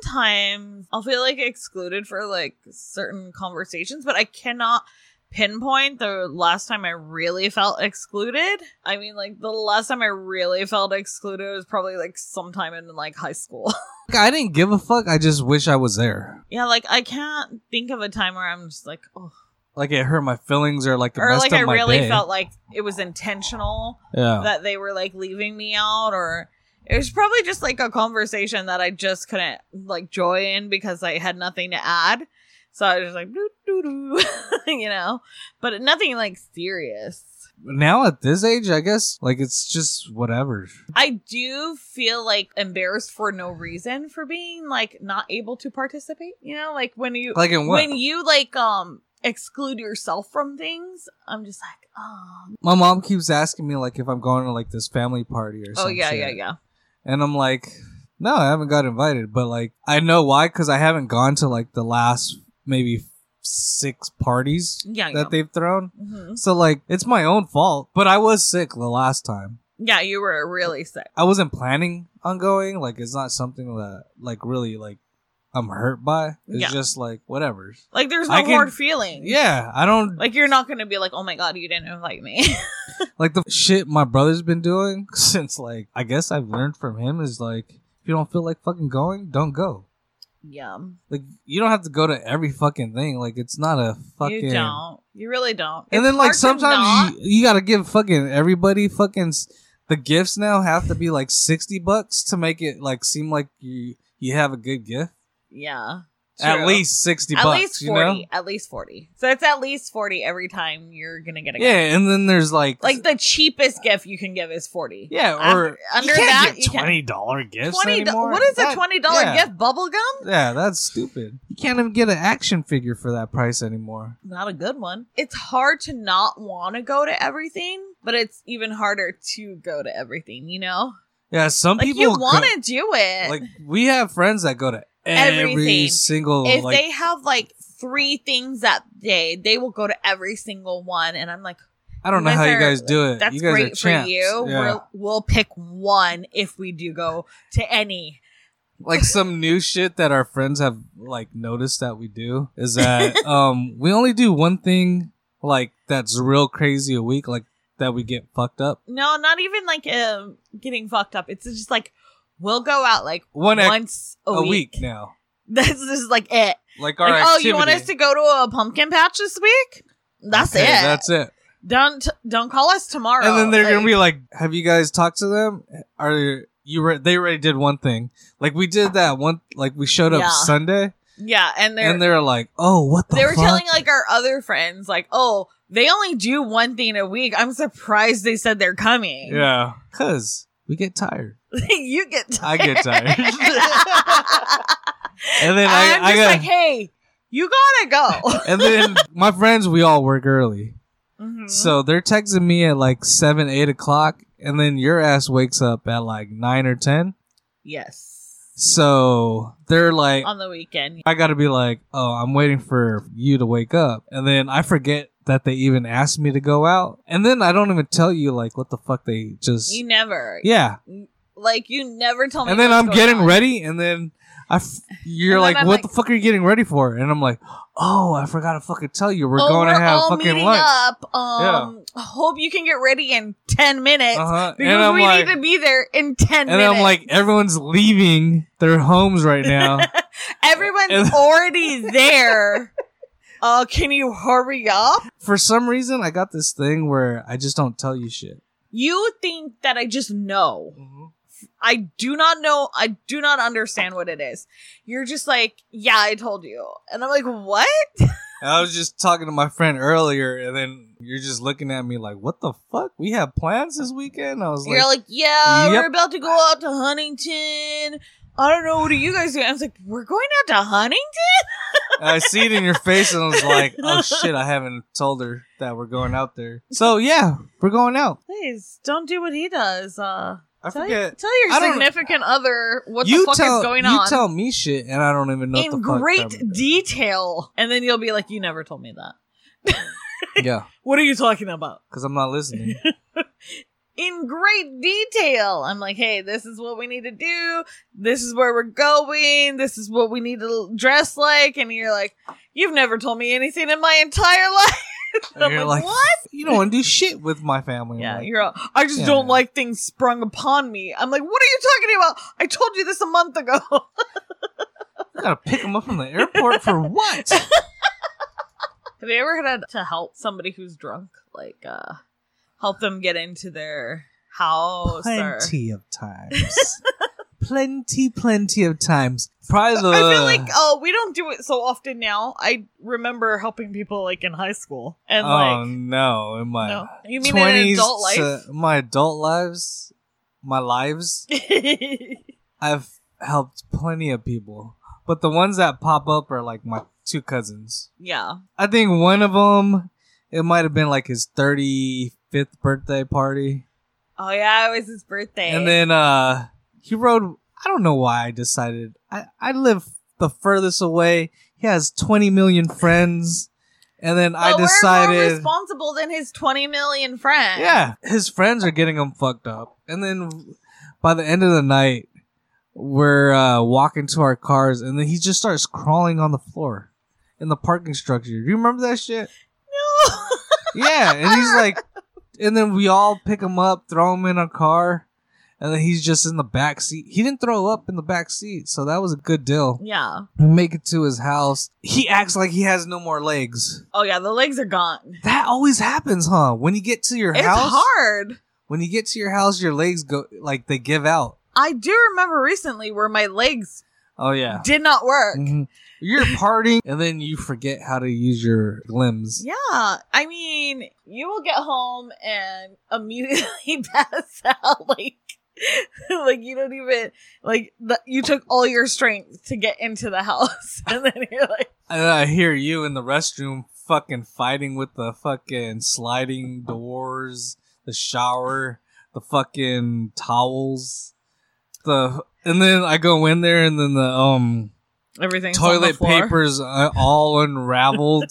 Speaker 2: sometimes I'll feel like excluded for like certain conversations, but I cannot pinpoint the last time I really felt excluded. I mean, like the last time I really felt excluded was probably like sometime in like high school.
Speaker 1: Like, I didn't give a fuck. I just wish I was there.
Speaker 2: Yeah, like I can't think of a time where I'm just like, oh,
Speaker 1: like it hurt my feelings or like it
Speaker 2: or
Speaker 1: messed
Speaker 2: like
Speaker 1: up
Speaker 2: I
Speaker 1: my
Speaker 2: really
Speaker 1: day.
Speaker 2: felt like it was intentional
Speaker 1: yeah.
Speaker 2: that they were like leaving me out, or it was probably just like a conversation that I just couldn't like join because I had nothing to add. So I was just like, doo doo doo, you know, but nothing like serious.
Speaker 1: now at this age, I guess like it's just whatever.
Speaker 2: I do feel like embarrassed for no reason for being like not able to participate, you know, like when you
Speaker 1: Like in what?
Speaker 2: when you like um exclude yourself from things, I'm just like, oh,
Speaker 1: my mom keeps asking me like if I'm going to like this family party or
Speaker 2: oh
Speaker 1: some
Speaker 2: yeah,
Speaker 1: shit.
Speaker 2: yeah, yeah.
Speaker 1: And I'm like, no, I haven't got invited, but like I know why because I haven't gone to like the last maybe six parties
Speaker 2: Yeah, yeah.
Speaker 1: that they've thrown.
Speaker 2: Mhm.
Speaker 1: So like it's my own fault, but I was sick the last time.
Speaker 2: Yeah, you were really sick.
Speaker 1: I wasn't planning on going. Like it's not something that like really like I'm hurt by. It's
Speaker 2: Yeah.
Speaker 1: just like whatever.
Speaker 2: Like there's no
Speaker 1: I can-
Speaker 2: hard feeling.
Speaker 1: Yeah, I don't
Speaker 2: Like you're not gonna be like, oh my god, you didn't invite me.
Speaker 1: like the shit my brother's been doing since like I guess I've learned from him is like if you don't feel like fucking going, don't go.
Speaker 2: Yum.
Speaker 1: Like you don't have to go to every fucking thing. Like it's not a fucking
Speaker 2: You don't. You really don't.
Speaker 1: And
Speaker 2: It's
Speaker 1: then like
Speaker 2: hard to not-
Speaker 1: sometimes you, you gotta give fucking everybody fucking s- the gifts now have to be like sixty bucks to make it like seem like you you have a good gift.
Speaker 2: yeah.
Speaker 1: At
Speaker 2: True.
Speaker 1: least sixty
Speaker 2: At
Speaker 1: bucks,
Speaker 2: least
Speaker 1: you
Speaker 2: forty.
Speaker 1: know.
Speaker 2: At least forty. So it's at least forty every time you're gonna get a gift.
Speaker 1: Yeah, and then there's like
Speaker 2: Like the cheapest gift you can give is forty.
Speaker 1: yeah,
Speaker 2: After-
Speaker 1: or
Speaker 2: under
Speaker 1: you can't
Speaker 2: that,
Speaker 1: get
Speaker 2: you can't-
Speaker 1: twenty dollar gifts
Speaker 2: Twenty.
Speaker 1: anymore.
Speaker 2: What is a
Speaker 1: That-
Speaker 2: twenty dollar
Speaker 1: yeah.
Speaker 2: gift? Bubble gum?
Speaker 1: Yeah, that's stupid. You can't even get an action figure for that price anymore.
Speaker 2: Not a good one. It's hard to not want to go to everything, but it's even harder to go to everything. You know,
Speaker 1: Yeah, some
Speaker 2: like
Speaker 1: people
Speaker 2: you
Speaker 1: go-
Speaker 2: want to do it.
Speaker 1: like we have friends that go to every
Speaker 2: Everything.
Speaker 1: single
Speaker 2: if
Speaker 1: like
Speaker 2: they have like three things that day, they will go to every single one. And I'm like,
Speaker 1: I don't know how you
Speaker 2: Those are-
Speaker 1: guys do it.
Speaker 2: that's
Speaker 1: you guys are
Speaker 2: great for
Speaker 1: champs.
Speaker 2: you.
Speaker 1: Yeah.
Speaker 2: We're, we'll pick one if we do go to any.
Speaker 1: like some new shit that our friends have like noticed that we do is that um we only do one thing like that's real crazy a week like that we get fucked up
Speaker 2: No, not even like um, getting fucked up. It's just like we'll go out like
Speaker 1: one ac-
Speaker 2: once a,
Speaker 1: a
Speaker 2: week.
Speaker 1: week now
Speaker 2: That's just like it.
Speaker 1: like our
Speaker 2: Like, oh, you want us
Speaker 1: activity.
Speaker 2: to go to a pumpkin patch this week? That's
Speaker 1: Okay,
Speaker 2: it.
Speaker 1: that's it
Speaker 2: don't don't call us tomorrow.
Speaker 1: and then they're gonna be like have you guys talked to them are you re- they already did one thing like we did that one like we showed up
Speaker 2: Yeah.
Speaker 1: sunday
Speaker 2: yeah, and they're
Speaker 1: and they're like oh what the
Speaker 2: they were
Speaker 1: fuck?
Speaker 2: telling like our other friends like oh they only do one thing a week i'm surprised they said they're coming
Speaker 1: yeah because we get tired
Speaker 2: you get
Speaker 1: i
Speaker 2: tired.
Speaker 1: get tired and then i,
Speaker 2: i'm
Speaker 1: I
Speaker 2: just
Speaker 1: gotta
Speaker 2: like hey you gotta go
Speaker 1: and then my friends, we all work early,
Speaker 2: Mhm.
Speaker 1: Mm-hmm. so they're texting me at like seven, eight o'clock, and then your ass wakes up at like nine or ten.
Speaker 2: yes
Speaker 1: So they're like,
Speaker 2: on the weekend
Speaker 1: I gotta be like, oh, I'm waiting for you to wake up, and then I forget that they even asked me to go out, and then I don't even tell you like what the fuck they just
Speaker 2: you never
Speaker 1: yeah,
Speaker 2: like you never tell me
Speaker 1: and then
Speaker 2: what's
Speaker 1: I'm
Speaker 2: going
Speaker 1: getting
Speaker 2: on.
Speaker 1: ready, and then. I f- you're
Speaker 2: And then
Speaker 1: like,
Speaker 2: I'm
Speaker 1: what
Speaker 2: like-
Speaker 1: the fuck are you getting ready for? And I'm like, oh, I forgot to fucking tell you. We're
Speaker 2: Oh,
Speaker 1: going
Speaker 2: we're
Speaker 1: to have
Speaker 2: all
Speaker 1: fucking
Speaker 2: meeting
Speaker 1: lunch.
Speaker 2: up um hope you can get ready in 10 minutes
Speaker 1: Uh-huh.
Speaker 2: because we need to be there in 10
Speaker 1: and
Speaker 2: minutes
Speaker 1: I'm like, everyone's leaving their homes right now.
Speaker 2: Everyone's
Speaker 1: And-
Speaker 2: already there. Uh, can you hurry up?
Speaker 1: For some reason, I got this thing where I just don't tell you shit.
Speaker 2: You think that I just know. I do not know. I do not understand what it is. You're just like, yeah, I told you. And I'm like, what?
Speaker 1: And I was just talking to my friend earlier, and then you're just looking at me like, what the fuck? We have plans this weekend? I was like,
Speaker 2: You're like, yeah,
Speaker 1: Yep.
Speaker 2: we're about to go out to Huntington. I don't know. What do you guys do? I was like, we're going out to Huntington?
Speaker 1: and I see it in your face, and I was like, oh shit, I haven't told her that we're going out there. So yeah, we're going out.
Speaker 2: Please don't do what he does. Uh,
Speaker 1: I
Speaker 2: tell,
Speaker 1: forget.
Speaker 2: tell
Speaker 1: I
Speaker 2: your
Speaker 1: don't-
Speaker 2: significant other what
Speaker 1: you
Speaker 2: the fuck
Speaker 1: tell
Speaker 2: is going
Speaker 1: you
Speaker 2: on.
Speaker 1: tell me shit, and I don't even know what the
Speaker 2: in
Speaker 1: fuck
Speaker 2: great
Speaker 1: I'm-
Speaker 2: detail. And then you'll be like, you never told me that.
Speaker 1: Yeah,
Speaker 2: What are you talking about?
Speaker 1: because I'm not listening.
Speaker 2: In great detail. I'm like, hey, this is what we need to do. This is where we're going. This is what we need to l- dress like. And you're like, you've never told me anything in my entire life.
Speaker 1: And
Speaker 2: I'm
Speaker 1: you're
Speaker 2: like,
Speaker 1: like, You don't want to do shit with my family. I'm
Speaker 2: Yeah,
Speaker 1: like,
Speaker 2: you're all, I just
Speaker 1: Yeah.
Speaker 2: don't like things sprung upon me. I'm like, what are you talking about? I told you this a month ago.
Speaker 1: You gotta pick them up from the airport for what?
Speaker 2: Have you ever had to help somebody who's drunk? Like, uh, help them get into their house or
Speaker 1: plenty of times. plenty, plenty of times. Probably the.
Speaker 2: I feel like oh, we don't do it so often now. I remember helping people like in high school and
Speaker 1: oh
Speaker 2: like
Speaker 1: no, in my
Speaker 2: no, you mean in an
Speaker 1: 20s
Speaker 2: adult life?
Speaker 1: to my adult lives, my lives, I've helped plenty of people, but the ones that pop up are like my two cousins.
Speaker 2: yeah,
Speaker 1: I think one of them, it might have been like his thirty fifth birthday party.
Speaker 2: oh yeah, it was his birthday,
Speaker 1: And then uh he rode I don't know why I decided I, I live the furthest away. He has twenty million friends. And then I
Speaker 2: But we're more
Speaker 1: decided
Speaker 2: responsible than his twenty million friends.
Speaker 1: Yeah. His friends are getting him fucked up. And then by the end of the night, we're uh, walking to our cars, and then he just starts crawling on the floor in the parking structure. Do you remember that shit?
Speaker 2: No.
Speaker 1: Yeah, and he's like, and then we all pick him up, throw him in a car, and then he's just in the back seat. He didn't throw up in the back seat, so that was a good deal.
Speaker 2: yeah.
Speaker 1: We make it to his house. He acts like he has no more legs.
Speaker 2: Oh yeah, the legs are gone.
Speaker 1: That always happens, huh? When you get to your
Speaker 2: It's
Speaker 1: house,
Speaker 2: hard.
Speaker 1: when you get to your house, your legs go like they give out.
Speaker 2: I do remember recently where my legs
Speaker 1: Oh yeah.
Speaker 2: did not work.
Speaker 1: Mhm. You're partying, and then you forget how to use your limbs.
Speaker 2: Yeah, I mean, you will get home and immediately pass out like like you don't even like the, you took all your strength to get into the house and then you're like
Speaker 1: And I hear you in the restroom fucking fighting with the fucking sliding doors, the shower, the fucking towels, the and then I go in there and then the um
Speaker 2: everything's on the
Speaker 1: toilet
Speaker 2: floor.
Speaker 1: papers uh, all unraveled.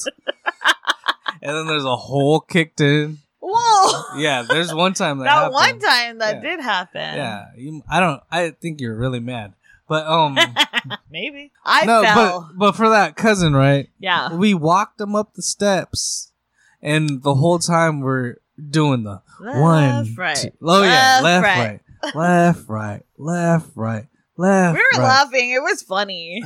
Speaker 1: and then there's a hole kicked in.
Speaker 2: Whoa.
Speaker 1: Yeah, there's one time that,
Speaker 2: that
Speaker 1: happened.
Speaker 2: one time that
Speaker 1: Yeah.
Speaker 2: did happen.
Speaker 1: Yeah, you, I don't I think you're really mad. But um
Speaker 2: Maybe. I
Speaker 1: no,
Speaker 2: fell.
Speaker 1: but but for that cousin, right?
Speaker 2: yeah.
Speaker 1: We walked him up the steps, and the whole time we're doing the one,
Speaker 2: Left, right.
Speaker 1: two- oh yeah,
Speaker 2: left,
Speaker 1: left,
Speaker 2: right.
Speaker 1: right. left, right, left, right, left,
Speaker 2: We were
Speaker 1: right.
Speaker 2: laughing. It was funny.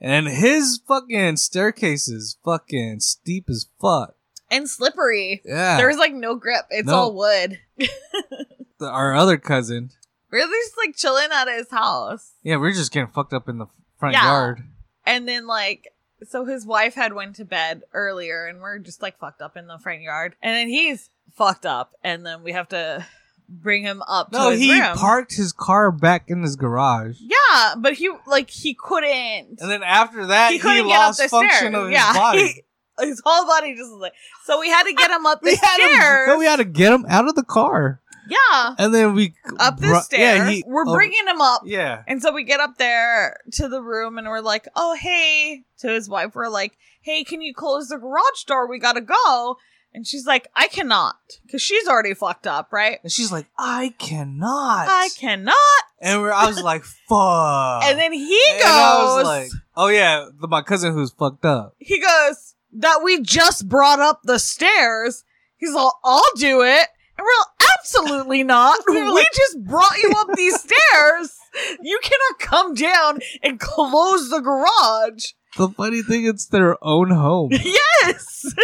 Speaker 1: And his fucking staircase is fucking steep as fuck.
Speaker 2: And slippery.
Speaker 1: Yeah,
Speaker 2: There's like no grip. It's
Speaker 1: No.
Speaker 2: all wood.
Speaker 1: The- our other cousin.
Speaker 2: We're just like chilling out at his house.
Speaker 1: Yeah, we we're just getting fucked up in the front
Speaker 2: Yeah.
Speaker 1: yard.
Speaker 2: And then like so his wife had went to bed earlier and we're just like fucked up in the front yard. And then he's fucked up and then we have to bring him up
Speaker 1: No,
Speaker 2: to his
Speaker 1: he
Speaker 2: room.
Speaker 1: parked his car back in his garage.
Speaker 2: yeah, but he like he couldn't
Speaker 1: And then after that,
Speaker 2: he
Speaker 1: he,
Speaker 2: couldn't get up
Speaker 1: lost
Speaker 2: the
Speaker 1: function
Speaker 2: stairs.
Speaker 1: of his
Speaker 2: yeah.
Speaker 1: body.
Speaker 2: he- his whole body just was like so we had to get him up the
Speaker 1: we had
Speaker 2: stairs.
Speaker 1: To, no, we had to get him out of the car,
Speaker 2: yeah.
Speaker 1: and then we
Speaker 2: Up the
Speaker 1: bru-
Speaker 2: stairs.
Speaker 1: Yeah, he-
Speaker 2: we're
Speaker 1: oh,
Speaker 2: bringing him up
Speaker 1: Yeah,
Speaker 2: And so we get up there to the room and we're like, oh, hey, to his wife. We're like, hey, can you close the garage door? We got to go. And she's like, I cannot because she's already fucked up, right?
Speaker 1: and she's like, "I cannot,"
Speaker 2: I cannot.
Speaker 1: and we're, I was like, "Fuck."
Speaker 2: and then he
Speaker 1: And
Speaker 2: goes,
Speaker 1: I was like, "Oh yeah, the, my cousin who's fucked up."
Speaker 2: he goes, that we just brought up the stairs. He's all, I'll do it. And we're all, absolutely not.
Speaker 1: We
Speaker 2: we
Speaker 1: were like-
Speaker 2: just brought you up these stairs. You cannot come down and close the garage.
Speaker 1: The funny thing, it's their own home.
Speaker 2: yes.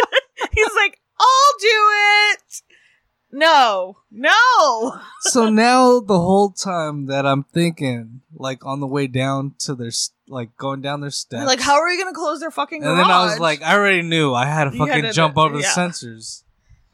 Speaker 2: He's like, I'll do it. No, no.
Speaker 1: so now the whole time that I'm thinking, like on the way down to their, s- like going down their steps,
Speaker 2: Like, how are we gonna close their fucking?
Speaker 1: And
Speaker 2: Garage?
Speaker 1: then I was like, I already knew I had to
Speaker 2: You had
Speaker 1: fucking
Speaker 2: to-
Speaker 1: jump over
Speaker 2: yeah.
Speaker 1: the sensors.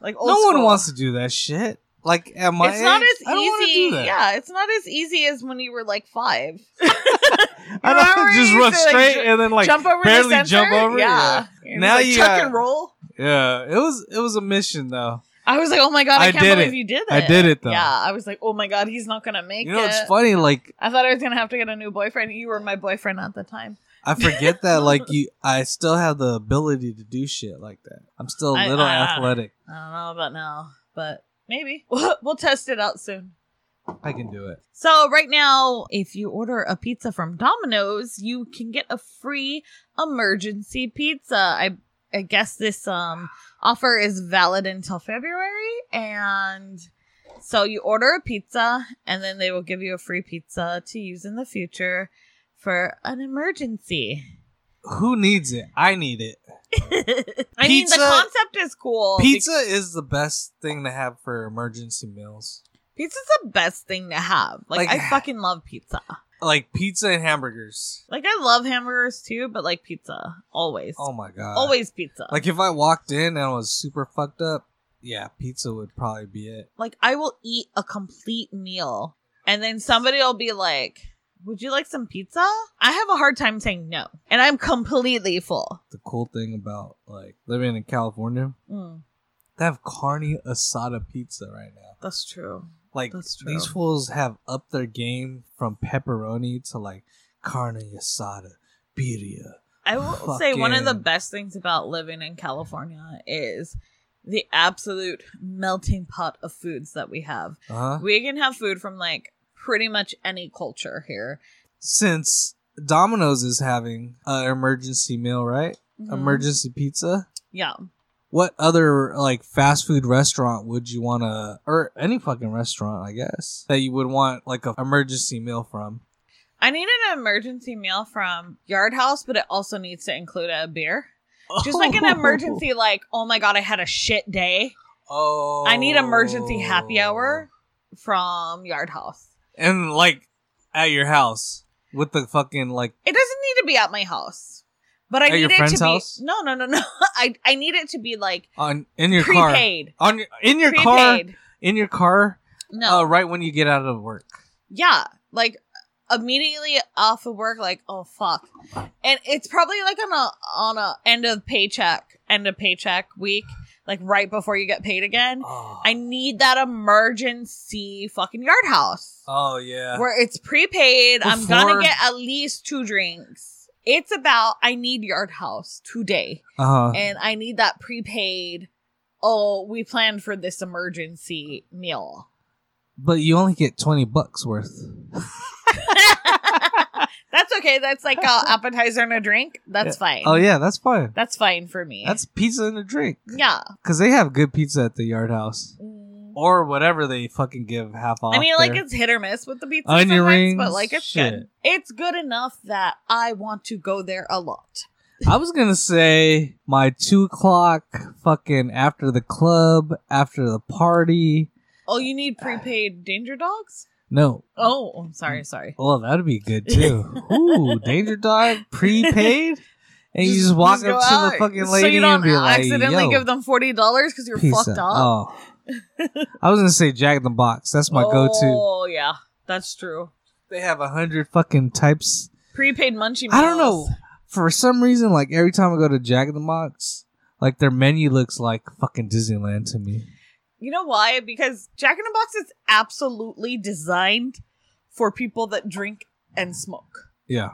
Speaker 2: like old
Speaker 1: No one
Speaker 2: school.
Speaker 1: wants to do that shit. Like, am I?
Speaker 2: It's not as
Speaker 1: I don't wanna
Speaker 2: easy.
Speaker 1: do that.
Speaker 2: Yeah, it's not as easy as when you were like five.
Speaker 1: I don't
Speaker 2: Remember
Speaker 1: just
Speaker 2: you
Speaker 1: run
Speaker 2: used to, like,
Speaker 1: straight
Speaker 2: ju-
Speaker 1: and then like
Speaker 2: jump over
Speaker 1: barely
Speaker 2: the sensor?
Speaker 1: jump over. Yeah.
Speaker 2: It was
Speaker 1: Now
Speaker 2: like
Speaker 1: you,
Speaker 2: tuck
Speaker 1: uh,
Speaker 2: and roll.
Speaker 1: yeah, It was it was a mission though.
Speaker 2: I was like, oh my god, I,
Speaker 1: I
Speaker 2: can't
Speaker 1: did
Speaker 2: believe
Speaker 1: it.
Speaker 2: you did it.
Speaker 1: I did it, though.
Speaker 2: Yeah, I was like, oh my god, he's not gonna make
Speaker 1: You know,
Speaker 2: it.
Speaker 1: it's funny. Like
Speaker 2: I thought I was gonna have to get a new boyfriend. You were my boyfriend at the time.
Speaker 1: I forget that like you, I still have the ability to do shit like that. I'm still a
Speaker 2: I- uh,
Speaker 1: little
Speaker 2: I-
Speaker 1: athletic.
Speaker 2: I don't know about now, but maybe we'll test it out soon.
Speaker 1: I can do it.
Speaker 2: So right now, if you order a pizza from Domino's, you can get a free emergency pizza. I I guess this um offer is valid until February and so you order a pizza and then they will give you a free pizza to use in the future for an emergency.
Speaker 1: Who needs it? I need it.
Speaker 2: I mean the
Speaker 1: Pizza-
Speaker 2: concept is cool.
Speaker 1: Pizza is the best thing to have for emergency meals.
Speaker 2: Pizza's the best thing to have. Like,
Speaker 1: Like-
Speaker 2: I fucking love pizza.
Speaker 1: Like pizza and hamburgers.
Speaker 2: Like I love hamburgers too, but like pizza always.
Speaker 1: Oh my god.
Speaker 2: always pizza.
Speaker 1: Like if I walked in and I was super fucked up, yeah, pizza would probably be it.
Speaker 2: like I will eat a complete meal and then somebody will be like, "Would you like some pizza?" I have a hard time saying no, and I'm completely full.
Speaker 1: The cool thing about like living in California,
Speaker 2: Mm,
Speaker 1: they have carne asada pizza right now.
Speaker 2: that's true.
Speaker 1: Like
Speaker 2: That's true.
Speaker 1: these fools have upped their game from pepperoni to like carne asada, birria.
Speaker 2: I will say one of the
Speaker 1: Fucking-
Speaker 2: best things about living in California is the absolute melting pot of foods that we have.
Speaker 1: Uh huh.
Speaker 2: We can have food from like pretty much any culture here.
Speaker 1: since Domino's is having an emergency meal, right?
Speaker 2: Mm-hmm.
Speaker 1: Emergency pizza.
Speaker 2: Yeah.
Speaker 1: What other like fast food restaurant would you want to, or any fucking restaurant, I guess, that you would want like a emergency meal from?
Speaker 2: I need an emergency meal from Yard House, but it also needs to include a beer. Just like an emergency, like, oh my God, I had a shit day.
Speaker 1: Oh,
Speaker 2: I need emergency happy hour from Yard House.
Speaker 1: and like at your house with the fucking like.
Speaker 2: It doesn't need to be at my house. But I
Speaker 1: At
Speaker 2: need
Speaker 1: your
Speaker 2: it
Speaker 1: friend's
Speaker 2: to
Speaker 1: house?
Speaker 2: be no no no no. I I need it to be like
Speaker 1: on in your
Speaker 2: prepaid.
Speaker 1: car on your, in your car
Speaker 2: prepaid.
Speaker 1: in your car
Speaker 2: No.
Speaker 1: uh, right when you get out of work
Speaker 2: yeah. Like immediately off of work, like, oh fuck. And it's probably like on a on a end of paycheck, end of paycheck week, like right before you get paid again.
Speaker 1: oh,
Speaker 2: I need that emergency fucking yard house.
Speaker 1: oh yeah
Speaker 2: Where it's prepaid. I'm
Speaker 1: Before-
Speaker 2: gonna get at least two drinks. It's about I need yard house today.
Speaker 1: uh-huh.
Speaker 2: and I need that prepaid. Oh, we planned for this emergency meal.
Speaker 1: but you only get 20 bucks worth
Speaker 2: That's okay. That's like a appetizer and a drink. That's fine.
Speaker 1: oh yeah that's fine
Speaker 2: That's fine for me.
Speaker 1: that's pizza and a drink
Speaker 2: yeah.
Speaker 1: because they have good pizza at the yard house
Speaker 2: Mm.
Speaker 1: or whatever they fucking give half off
Speaker 2: I mean, like
Speaker 1: there.
Speaker 2: it's hit or miss with the pizza
Speaker 1: Onion
Speaker 2: sometimes,
Speaker 1: rings,
Speaker 2: but like it's
Speaker 1: shit.
Speaker 2: good. It's good enough that I want to go there a lot.
Speaker 1: i was gonna say my two o'clock fucking after the club after the party
Speaker 2: Oh, you need
Speaker 1: Uh,
Speaker 2: prepaid danger dogs?
Speaker 1: no
Speaker 2: Oh, I'm sorry,
Speaker 1: Mm.
Speaker 2: sorry.
Speaker 1: Well, that'd be good too. Ooh, danger dog prepaid, and you just walk
Speaker 2: go
Speaker 1: up to
Speaker 2: out.
Speaker 1: the fucking
Speaker 2: so
Speaker 1: lady
Speaker 2: you don't
Speaker 1: and be like,
Speaker 2: accidentally
Speaker 1: "Yo,
Speaker 2: give them forty dollars because you're
Speaker 1: pizza."
Speaker 2: fucked up.
Speaker 1: Oh, I was gonna say Jack in the Box. That's my go-to.
Speaker 2: Oh yeah, that's true.
Speaker 1: They have a hundred fucking types.
Speaker 2: Prepaid munchie. Meals.
Speaker 1: I don't know. For some reason, like every time I go to Jack in the Box, like their menu looks like fucking Disneyland to me.
Speaker 2: You know why? Because Jack in the Box is absolutely designed for people that drink and smoke.
Speaker 1: Yeah,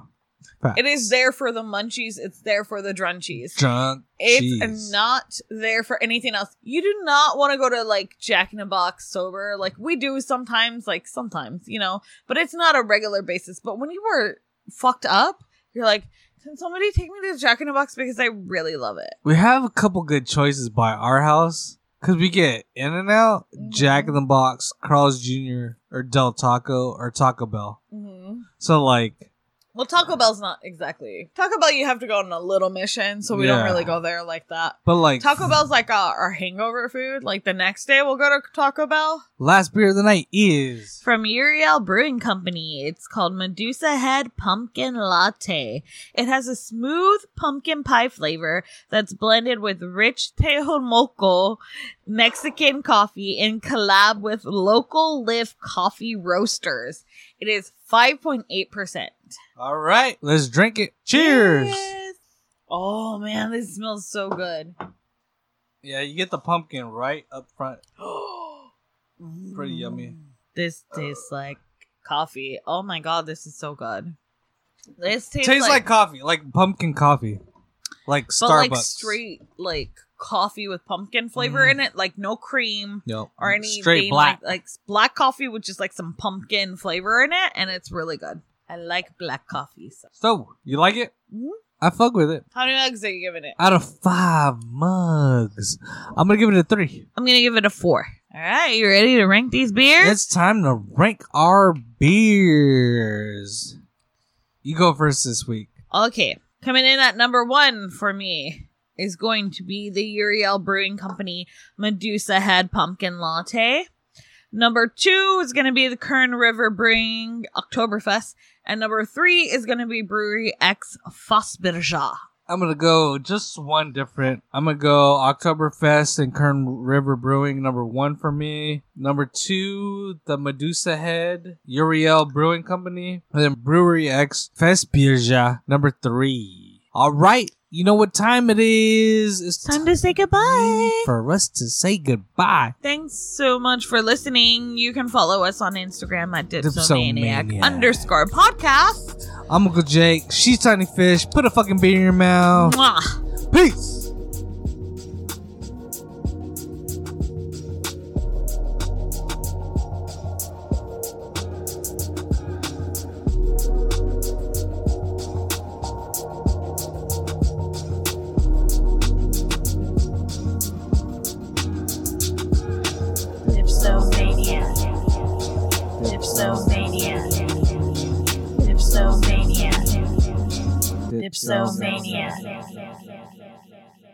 Speaker 2: It is there for the munchies. It's there for the drunchies.
Speaker 1: drunk.
Speaker 2: It's
Speaker 1: cheese.
Speaker 2: not there for anything else. You do not want to go to like Jack in the Box sober, like we do sometimes, like sometimes, you know. But it's not a regular basis. But when you were fucked up, you're like, can somebody take me to Jack in the Box because I really love it.
Speaker 1: We have a couple good choices by our house because we get In and Out, Jack
Speaker 2: Mm-hmm.
Speaker 1: in the Box, Carl's Jr., or Del Taco, or Taco Bell.
Speaker 2: Mm-hmm.
Speaker 1: So, like,
Speaker 2: Well, Taco Bell's not exactly Taco Bell. You have to go on a little mission, so we
Speaker 1: Yeah.
Speaker 2: don't really go there like that.
Speaker 1: but like,
Speaker 2: Taco Bell's like our, our hangover food. Like the next day, we'll go to Taco Bell
Speaker 1: last beer of the night is.
Speaker 2: from Uriel Brewing Company. It's called Medusa Head Pumpkin Latte. It has a smooth pumpkin pie flavor that's blended with rich Tejomoco Mexican coffee in collab with local live coffee roasters. It is five point eight percent.
Speaker 1: All right, let's drink it. Cheers.
Speaker 2: Yes. Oh man, this smells so good.
Speaker 1: Yeah, you get the pumpkin right up front. Pretty yummy. Uh,
Speaker 2: This tastes like coffee. Oh my god, this is so good. This tastes,
Speaker 1: Tastes, like, coffee, like pumpkin coffee, like
Speaker 2: but
Speaker 1: Starbucks.
Speaker 2: like straight like coffee with pumpkin flavor
Speaker 1: Mm.
Speaker 2: in it, like no cream
Speaker 1: Yep.
Speaker 2: or anything
Speaker 1: straight black.
Speaker 2: like, like black coffee with just like some pumpkin flavor in it, and it's really good. I like black coffee. So.
Speaker 1: so, you like it?
Speaker 2: Mhm.
Speaker 1: I fuck with it.
Speaker 2: How many eggs are you giving it?
Speaker 1: Out of five mugs, I'm gonna give it a three.
Speaker 2: I'm gonna give it a four. All right, you ready to rank these beers?
Speaker 1: It's time to rank our beers. You go first this week.
Speaker 2: Okay. Coming in at number one for me is going to be the Uriel Brewing Company Medusa Head Pumpkin Latte. Number two is going to be the Kern River Brewing Oktoberfest. And number three is going to be Brewery X Fossbirja.
Speaker 1: I'm gonna go just one different. I'm gonna go Oktoberfest and Kern River Brewing number one for me. Number two, the Medusa Head Uriel Brewing Company, and then Brewery X Festbirja number three. All right, you know what time it is? It's
Speaker 2: Time to say goodbye.
Speaker 1: for us to say goodbye.
Speaker 2: Thanks so much for listening. You can follow us on Instagram at
Speaker 1: Dipsomaniac.
Speaker 2: dipsomaniac, underscore podcast.
Speaker 1: I'm Uncle Jake. She's Tiny Fish. Put a fucking beer in your mouth.
Speaker 2: Mwah.
Speaker 1: Peace.
Speaker 3: Dipsomania. Dipsomania. Dipsomania.